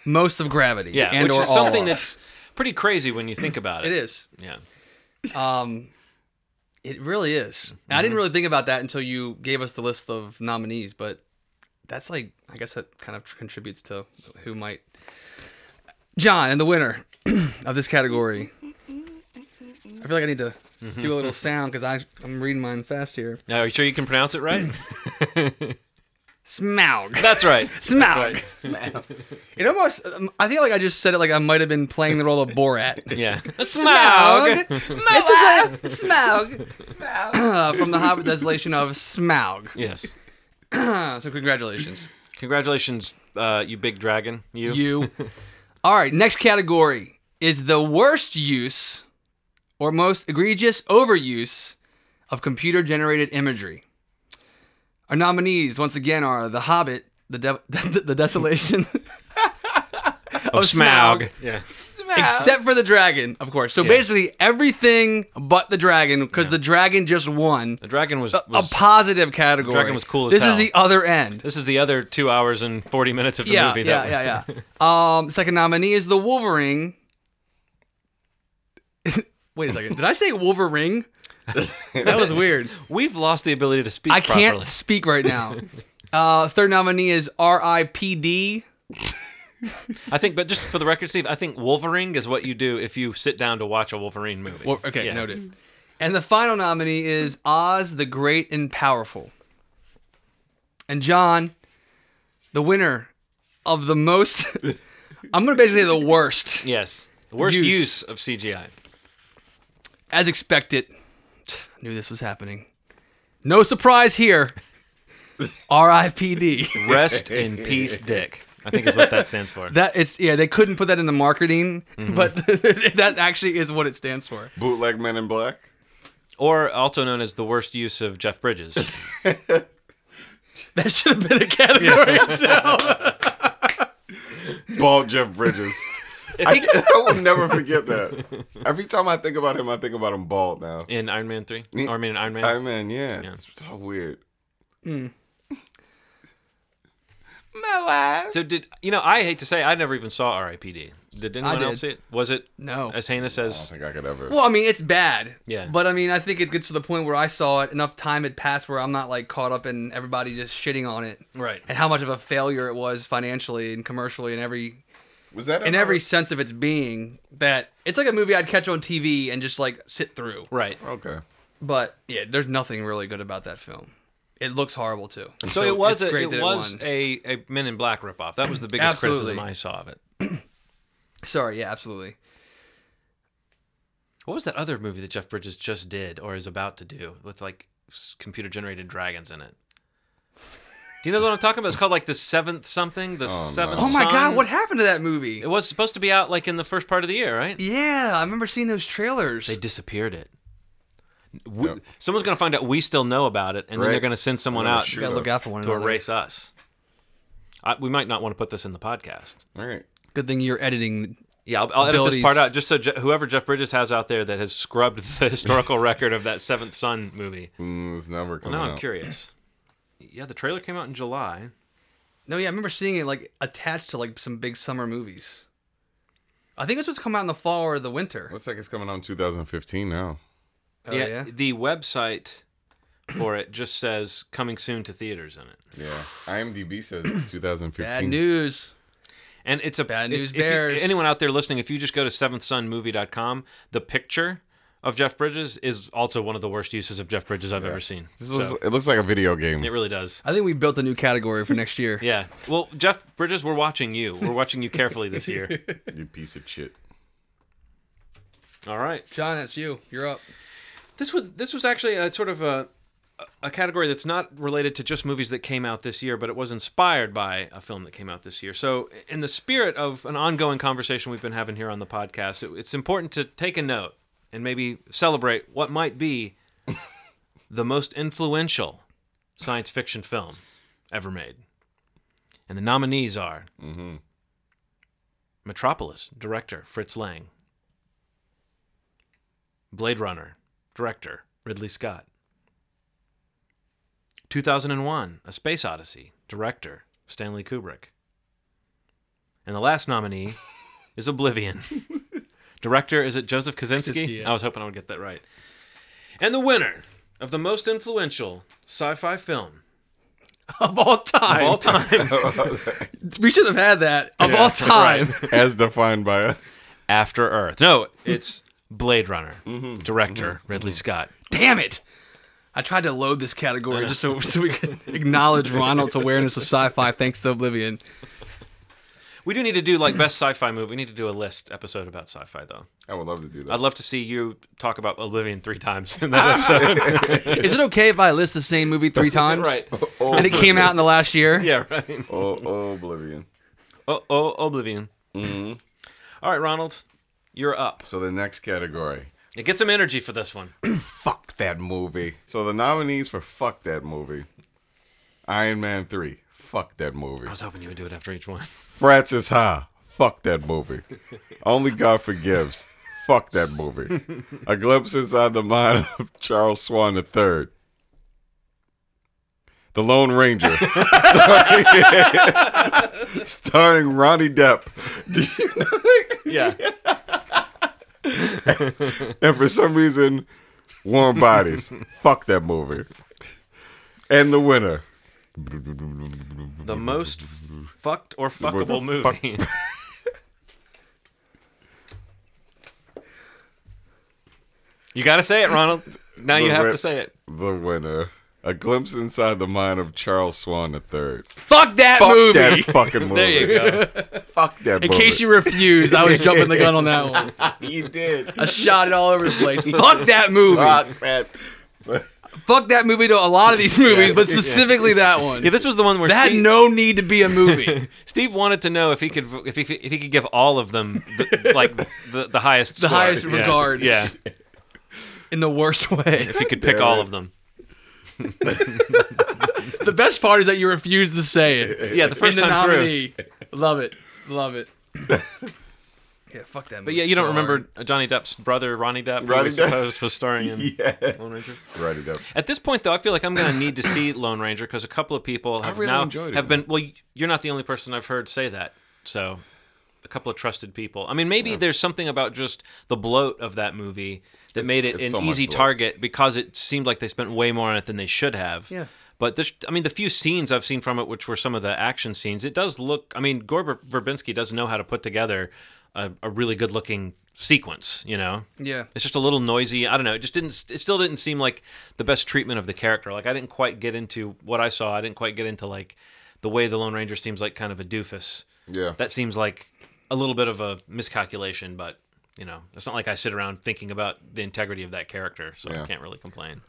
most of Gravity.
yeah,
and
which
or
is something
all of.
that's pretty crazy when you think about it.
It is.
Yeah.
Um, it really is. And I
Mm-hmm.
didn't really think about that until you gave us the list of nominees, but that's like, I guess that kind of contributes to who might. John, and the winner of this category. I feel like I need to
Mm-hmm.
do a little sound because I'm reading mine fast here.
Now, are you sure you can pronounce it right?
Smaug.
That's right.
Smaug.
Smaug.
It almost, um, I feel like I just said it like I might have been playing the role of Borat.
Yeah.
Smaug.
Smaug.
Smaug. Smaug. Uh, from the Hobbit desolation of Smaug.
Yes.
Uh, so congratulations,
Congratulations, uh, you big dragon. You.
you. All right, next category is the worst use or most egregious overuse of computer-generated imagery. Our nominees once again are The Hobbit, The De- The Desolation,
of
Smaug.
Smaug. Yeah.
except for the dragon, of course. So basically everything but the dragon, because the dragon just won.
The dragon was.
A
was-
positive category.
dragon was cool as
This
hell.
is the other end.
this is the other two hours and forty minutes of the
yeah,
movie.
yeah,
that
yeah, yeah, Um, second nominee is the Wolverine. Wait a second. Did I say Wolverine? that was weird.
We've lost the ability to speak.
I can't
properly.
speak right now. Uh, third nominee is R.I.P.D.
I think, but just for the record, Steve, I think Wolverine is what you do if you sit down to watch a Wolverine movie.
Well, okay,
Yeah.
noted. And the final nominee is Oz the Great and Powerful. And John, the winner of the most, I'm going to basically say the worst,
yes. The worst
Use.
use. of CGI.
as expected. Knew this was happening. No surprise here. R.I.P.D.
Rest in peace, Dick. I think is what that stands for.
That it's yeah they couldn't put that in the marketing, but that actually is what it stands for.
Bootleg Men in Black.
or also known as the worst use of Jeff Bridges.
That should have been a category. itself.
Bald Jeff Bridges. I, can't- I will never forget that. Every time I think about him, I think about him bald now.
in Iron Man three.
Yeah.
Or I mean, in Iron Man.
I mean, yeah, it's so weird. My wife.
So did you know? I hate to say, I never even saw R.I.P.D. Did anyone
did.
else see it? Was it
No.
as heinous
I don't
as?
think I could ever.
Well, I mean it's bad.
Yeah.
But I mean I think it gets to the point where I saw it enough time had passed where I'm not like caught up in everybody just shitting on it
Right.
and how much of a failure it was financially and commercially and every
was that
in every sense of its being that it's like a movie I'd catch on TV and just like sit through.
Right.
Okay.
But yeah, there's nothing really good about that film. It looks horrible too.
So, it
it's
was a
great
it
that it
was
won.
a, a Men in Black ripoff. That was the biggest criticism
Absolutely.
I saw of it.
Sorry, yeah, absolutely.
What was that other movie that Jeff Bridges just did or is about to do with like computer generated dragons in it? Do you know what I'm talking about? It's called like the seventh something. The
no.
seventh.
Oh my god,
Son.
what happened to that movie?
It was supposed to be out like in the first part of the year, right?
Yeah, I remember seeing those trailers.
They disappeared it. We, Someone's gonna find out we still know about it, and then
Right.
they're gonna send someone
Oh,
out
shoot.
you gotta look out for one
to
another.
erase us. I, we might not want to put this in the podcast.
All right.
Good thing you're editing.
Yeah, I'll, I'll edit this part
Abilities.
out just so Je- whoever Jeff Bridges has out there that has scrubbed the historical record of that Seventh Son movie.
Mm, this number
Oh,
coming
Now I'm
out.
curious. Yeah, the trailer came out in July.
No, yeah, I remember seeing it like attached to like some big summer movies. I think it's what's come out in the fall or the winter.
Looks like it's coming out in 2015 now.
Oh,
yeah,
yeah?
Uh, the website for it just says coming soon to theaters in it,
Yeah. IMDb says 2015.
Bad news.
and it's a
Bad
if-
news
if you-
bears.
anyone out there listening, if you just go to SeventhSonMovie.com, the picture of Jeff Bridges is also one of the worst uses of Jeff Bridges I've ever seen.
This looks,
So,
it looks like a video game.
it really does.
I think we built a new category for next year.
Yeah. Well, Jeff Bridges, we're watching you. We're watching you carefully this year.
You piece of shit.
All right.
John, that's you. You're up.
This was this was actually a sort of a a category that's not related to just movies that came out this year, but it was inspired by a film that came out this year. So, in the spirit of an ongoing conversation we've been having here on the podcast, it, it's important to take a note and maybe celebrate what might be the most influential science fiction film ever made. And the nominees are
Mm-hmm.
Metropolis director Fritz Lang, Blade Runner director Ridley Scott, 2001 A Space Odyssey director Stanley Kubrick, and the last nominee is Oblivion. director is it Joseph Kaczynski?
Kaczynski, yeah.
I was hoping I would get that right. And the winner of the most influential sci-fi film
of all
of
time.
all time,
we should have had that of
Yeah,
all time.
As defined by.
After Earth. No, it's Blade Runner director Ridley Scott.
Damn it! I tried to load this category just so, so we could acknowledge Ronald's awareness of sci-fi thanks to Oblivion.
We do need to do like best sci-fi movie. We need to do a list episode about sci-fi though.
I would love to do that.
I'd love to see you talk about Oblivion three times in that episode.
Is it okay if I list the same movie three times?
Right.
oh,
And it came out in the last year.
yeah, right.
Oh, oh, Oblivion.
Oh, oh Oblivion. All right, Ronald, you're up.
So the next category.
Yeah, get some energy for this one.
Fuck that movie. So the nominees for Fuck That Movie Iron Man 3. Fuck that movie.
I was hoping you would do it after each one.
Francis Ha. Fuck that movie. Only God Forgives. Fuck that movie. A glimpse inside the mind of Charles Swan III. The Lone Ranger. starring, starring Ronnie Depp.
Yeah.
And for some reason, Warm Bodies. Fuck that movie. And the winner.
The most f- fucked or fuckable
fuck-
movie. you got to say it, Ronald. Now you
The
have
re-
to say it.
The winner. A glimpse inside the mind of Charles Swan III.
Fuck that
Fuck
movie.
that fucking movie.
There you go.
Fuck that
In
movie.
case you refused, I was jumping the gun on that one.
You did.
I shot it all over the place. Fuck that movie.
Fuck that.
Fuck that movie to a lot of these movies, but specifically that one.
Yeah, this was the one where
that
Steve,
had no need to be a movie.
Steve wanted to know if he could if he, if he could give all of them the, like the, the highest
The
score.
highest
Yeah.
regards.
Yeah,
in the worst way.
if he could pick
Damn
all
it.
of them.
The best part is that you refuse to say it.
Yeah, the first
in the
time through.
nominee. Love it. Love it. yeah, fuck that.
But yeah, you don't remember Johnny Depp's brother Ronnie Depp, who
Ronnie
we
Depp.
supposed was starring in
Yeah.
Lone Ranger.
Write it up.
At this point, though, I feel like I'm going to need to see Lone Ranger because a couple of people have
really
now
enjoyed it,
have been. Well, you're not the only person I've heard say that. So, a couple of trusted people. I mean, maybe there's something about just the bloat of that movie that
It's-
made it
it's
an
so much
easy
bloat.
target because it seemed like they spent way more on it than they should have.
Yeah.
But this, I mean, the few scenes I've seen from it, which were some of the action scenes, it does look. I mean, Gore Ver- Verbinski does know how to put together a, a really good-looking sequence. You know.
Yeah.
It's just a little noisy. I don't know. It just didn't. It still didn't seem like the best treatment of the character. Like I didn't quite get into what I saw. I didn't quite get into like the way the Lone Ranger seems like kind of a doofus.
Yeah.
That seems like a little bit of a miscalculation, but you know, it's not like I sit around thinking about the integrity of that character, so I
Yeah.
can't really complain.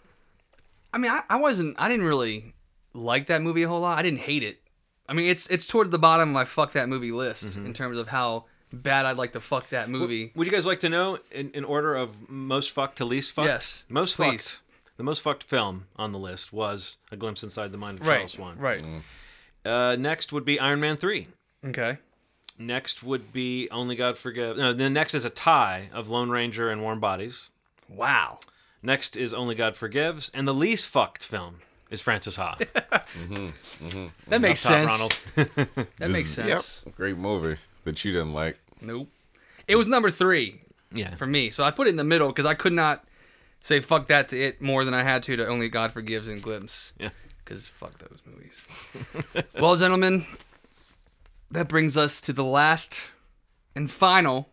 I mean, I, I wasn't. I didn't really like that movie a whole lot. I didn't hate it. I mean, it's it's towards the bottom of my fuck that movie list in terms of how bad I'd like to fuck that movie.
Would you guys like to know in, in order of most fucked to least fucked?
Yes,
Most
please.
fucked. The most fucked film on the list was A Glimpse Inside the Mind of Charles Swan.
Right.
Uh, next would be Iron Man 3.
Okay.
Next would be Only God Forgives. No, the next is a tie of Lone Ranger and Warm Bodies.
Wow.
Next is Only God Forgives, and the least fucked film is Francis Ha. Top
That makes sense.
Ronald.
That makes sense.
Yep. Great movie that you didn't like.
Nope. It was number three
Yeah.
for me, so I put it in the middle because I could not say fuck that to it more than I had to to only God forgives and glimpse.
yeah.
because fuck those movies. well, gentlemen, that brings us to the last and final,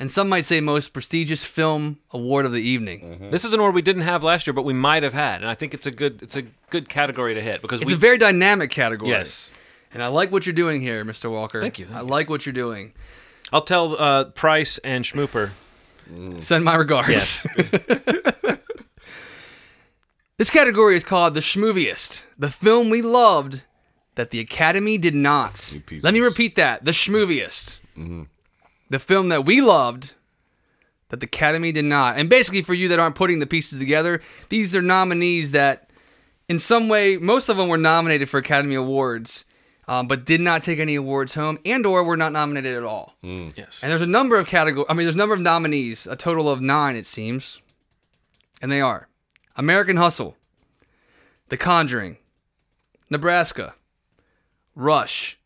and some might say most prestigious film award of the evening.
This is an award we didn't have last year, but we might have had, and I think it's a good it's a good category to hit because
It's
we
a very dynamic category.
yes.
And I like what you're doing here, Mr. Walker.
Thank you, thank
I
you.
like what you're doing.
I'll tell uh, Price and Schmooper.
Send my regards. This category is called the schmooviest, the film we loved that the Academy did not.
You pieces.
Let me repeat that: the schmooviest, the film that we loved that the Academy did not. And basically, for you that aren't putting the pieces together, these are nominees that, in some way, most of them were nominated for Academy Awards, um, but did not take any awards home, and/or were not nominated at all.
Yes.
And there's a number of category. I mean, there's a number of nominees, a total of nine, it seems. And they are American Hustle, The Conjuring, Nebraska, Rush,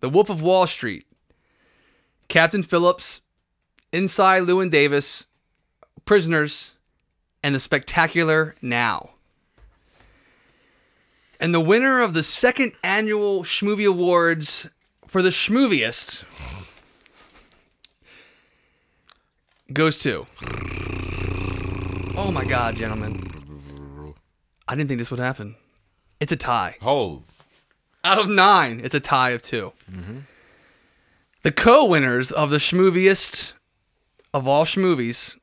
The Wolf of Wall Street, Captain Phillips, Inside Lewin Davis, Prisoners, and The Spectacular Now. And the winner of the second annual Schmovie Awards for the Schmooviest goes to. Oh my God, gentlemen. I didn't think this would happen. It's a tie.
Hold.
Out of nine, it's a tie of 2 The co winners of the schmooviest of all schmoovies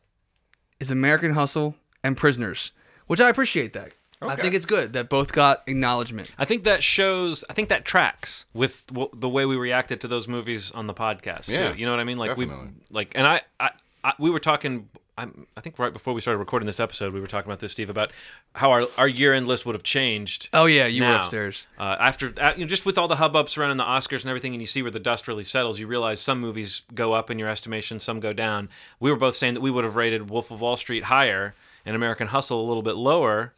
is American Hustle and Prisoners, which I appreciate that. I
Okay.
think it's good that both got acknowledgement.
I think that shows. I think that tracks with w- the way we reacted to those movies on the podcast.
Yeah,
too. you know what I mean. Like
definitely.
we, like, and I, I, I we were talking. I'm, I think right before we started recording this episode, we were talking about this, Steve, about how our, our year end list would have changed.
Oh, yeah, you were
now.
upstairs.
Uh, after uh, you know, just with all the hubbub surrounding the Oscars and everything, and you see where the dust really settles, you realize some movies go up in your estimation, some go down. We were both saying that we would have rated Wolf of Wall Street higher and American Hustle a little bit
Hmm.
lower,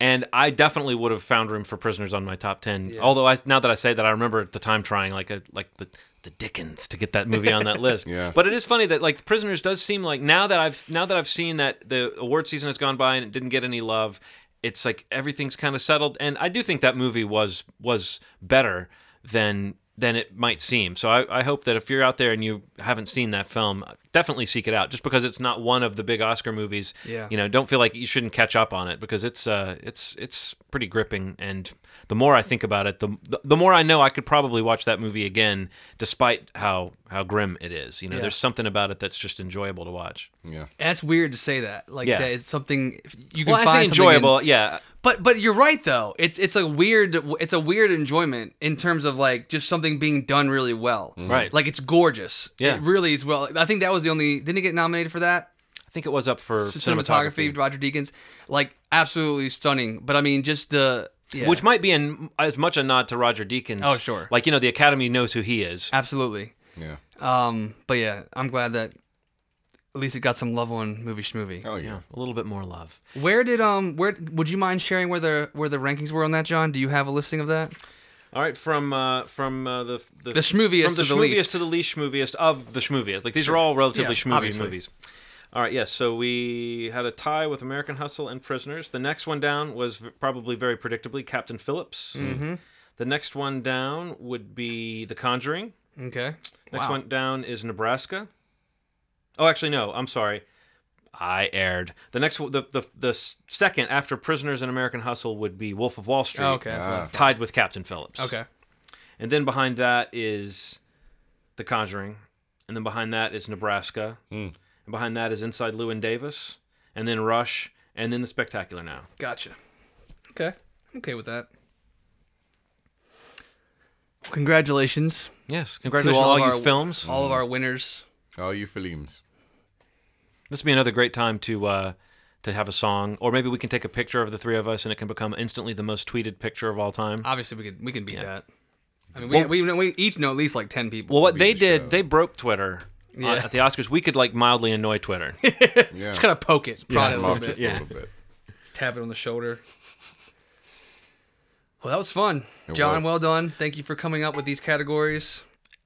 and I definitely would have found room for Prisoners on my top ten. Although I, now that I say that, I remember at the time trying like a like the the Dickens to get that movie on that list.
Yeah.
But it is funny that like Prisoners does seem like now that I've now that I've seen that the award season has gone by and it didn't get any love, it's like everything's kind of settled. And I do think that movie was was better than than it might seem. So I, I hope that if you're out there and you haven't seen that film, definitely seek it out. Just because it's not one of the big Oscar movies,
Yeah.
you know, don't feel like you shouldn't catch up on it because it's uh it's it's pretty gripping. And the more I think about it, the the, the more I know I could probably watch that movie again, despite how how grim it is. You know,
Yeah.
there's something about it that's just enjoyable to watch.
Yeah.
And that's weird to say that. Like,
Yeah.
that it's something you can
Well, I say
find something in-
enjoyable, yeah.
But but you're right though. It's it's a weird it's a weird enjoyment in terms of like just something being done really well.
Right.
Like it's gorgeous.
Mm-hmm. Yeah.
It really is well. I think that was the only didn't it get nominated for that?
I think it was up for
Cinematography,
cinematography,
Roger Deakins. Like absolutely stunning. But I mean just the yeah.
which might be in as much a nod to Roger Deakins.
Oh, sure.
Like you know, the Academy knows who he is.
absolutely.
Yeah.
Um but yeah, I'm glad that at least it got some love on movie schmovie.
Hell yeah.
Yeah, a little bit more love.
Where did um where would you mind sharing where the where the rankings were on that, John? Do you have a listing of that?
All right, from uh, from uh, the the,
The schmooviest
from the
to the
schmooviest
least.
to the least schmooviest of the schmooviest. Like these are all relatively
Yeah,
schmoovy
obviously.
movies. All right, yes. So we had a tie with American Hustle and Prisoners. The next one down was v- probably very predictably Captain Phillips. Mm-hmm. The next one down would be The Conjuring.
Okay.
Next
Wow.
one down is Nebraska. Oh, actually, no. I'm sorry. I aired. The next, one- the the the s- second after Prisoners and American Hustle would be Wolf of Wall Street.
Oh, okay. that's what I
Ah.
thought.
Tied with Captain Phillips.
Okay.
And then behind that is The Conjuring. And then behind that is Nebraska. And behind that is Inside Lewin Davis. And then Rush. And then The Spectacular Now.
Gotcha. Okay. I'm okay with that. Congratulations,
Yes. Congratulations to
all
all,
of
you
our-
films.
all of our winners.
Ah, All you Philims.
This would be another great time to uh, to have a song, or maybe we can take a picture of the three of us, and it can become instantly the most tweeted picture of all time.
Obviously, we could we can beat that. I mean, we, we, know- we each know at least like ten people.
Well, what they
the
did,
show.
they broke Twitter uh,
Yeah.
at the Oscars. We could like mildly annoy Twitter.
Yeah.
just kind of poke it, prod it a little
Mock
bit,
just a little bit.
tap it on the shoulder. Well, that was fun,
It
John.
was.
Well done. Thank you for coming up with these categories.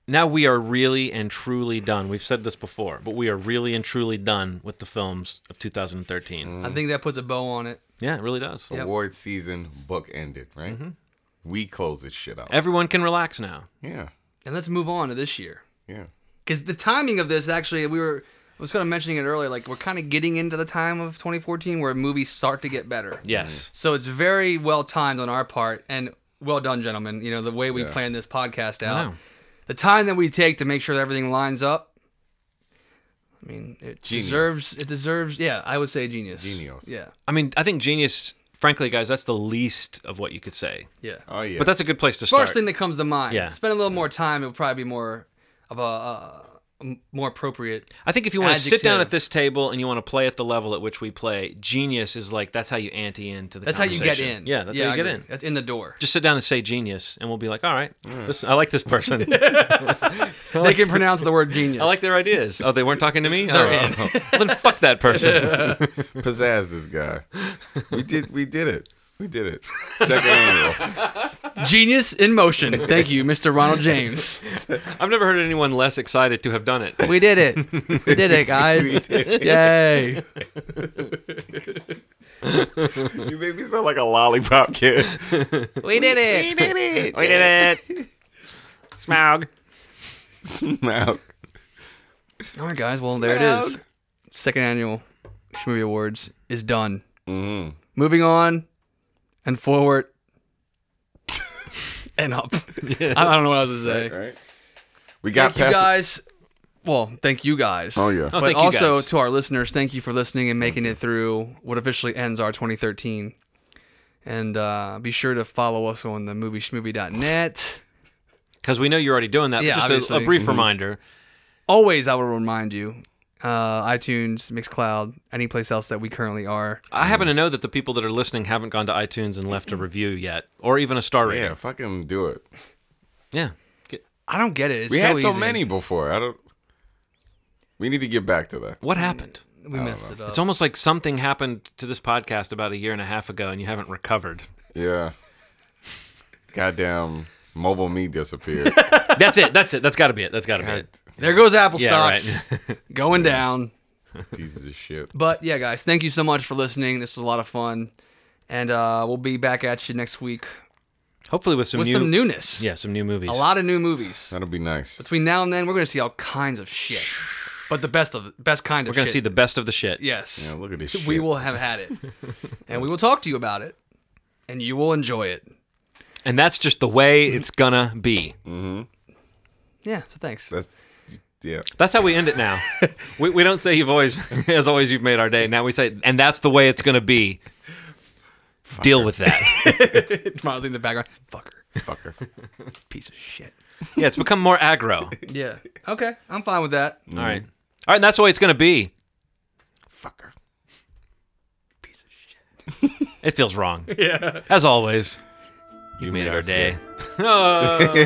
now we are really and truly done. We've said this before, but we are really and truly done with the films of 2013.
I think that puts a bow on it.
Yeah, it really does.
Award season book ended, right? We close this shit out.
Everyone can relax now.
Mm-hmm.
Yeah.
And let's move on to this year.
Yeah.
because the timing of this actually we were I was kind of mentioning it earlier like we're kind of getting into the time of 2014 where movies start to get better
Yes.
so it's very well timed on our part and well done gentlemen you know the way we
Yeah.
planned this podcast
know.
out the time that we take to make sure that everything lines up I mean it
Genius.
deserves it deserves yeah I would say genius
Genius.
yeah
I mean, I think genius frankly, guys, that's the least of what you could say.
Yeah.
Oh yeah.
But that's a good place to start.
First thing that comes to mind.
Yeah.
Spend a little more time. It would probably be more of a, uh, m- more appropriate.
I think if you want to sit down
Adjective.
at this table and you want to play at the level at which we play, genius is like that's how you ante into the.
That's how you get
conversation.
in.
Yeah, that's how
I
you get
agree.
in.
That's in the door.
Just sit down and say genius, and we'll be like, all right,
Mm.
this, I like this person.
they can pronounce the word genius.
I like their ideas. Oh, they weren't talking to me. They're in. then fuck that person.
pizzazz this guy. We did we did it. We did it. Second annual.
genius in motion. Thank you, Mr. Ronald James.
I've never heard anyone less excited to have done it.
We did it. We did it, guys. Yay.
You made me sound like a lollipop kid.
We did
we did it.
We did it. Smaug.
Smout.
All right, guys. Well, there it is. Second annual Shmovie Awards is done.
Mm.
Moving on and forward and up. I I don't know what else to say.
All right. We got
Thank you
past.
guys. Well, thank you guys.
Oh yeah.
Oh,
but
thank you
also
guys.
to our listeners, thank you for listening and making it through what officially ends our 2013. And uh, be sure to follow us on the movieschmovie.net.
Because we know you're already doing that.
Yeah,
but just a- a,
obviously.
brief reminder.
Always, I will remind you, uh, iTunes, Mixcloud, any place else that we currently are.
I happen to know that the people that are listening haven't gone to iTunes and left a review yet, or even a star rating.
Yeah, fucking do it.
Yeah. Get-
I don't get it. It's
We had so
easy.
many before. I don't. We need to get back to that.
What happened?
We messed it up.
Oh, It's almost like something happened to this podcast about a year and a half ago, and you haven't recovered.
Yeah. Goddamn, mobile me disappeared.
That's it. That's it. That's got to be it. That's got to be it.
there goes Apple
Yeah,
stocks
right.
going down.
Pieces of shit.
But yeah, guys, thank you so much for listening. This was a lot of fun. And uh, we'll be back at you next week
Hopefully with some
with
new,
some newness.
yeah, some new movies.
A lot of new movies.
That'll be nice.
Between now and then, we're gonna see all kinds of shit. But the best of best kind of
We're gonna
shit.
see the best of the shit.
yes.
Yeah, look at this shit.
we will have had it, and we will talk to you about it, and you will enjoy it.
And that's just the way it's gonna be.
Yeah. So thanks.
That's yeah.
That's how we end it now. we, we don't say you've always, as always, you've made our day. Now we say, and that's the way it's gonna be. Deal with that.
Mildly in the background. Fucker.
Fucker.
Piece of shit.
yeah, it's become more aggro. All
Yeah. Okay. I'm fine with that.
right. All right, and that's the way it's gonna be.
Fucker.
Piece of shit.
It feels wrong. Yeah. As always, you've made,
made
our
us
day.
Oh.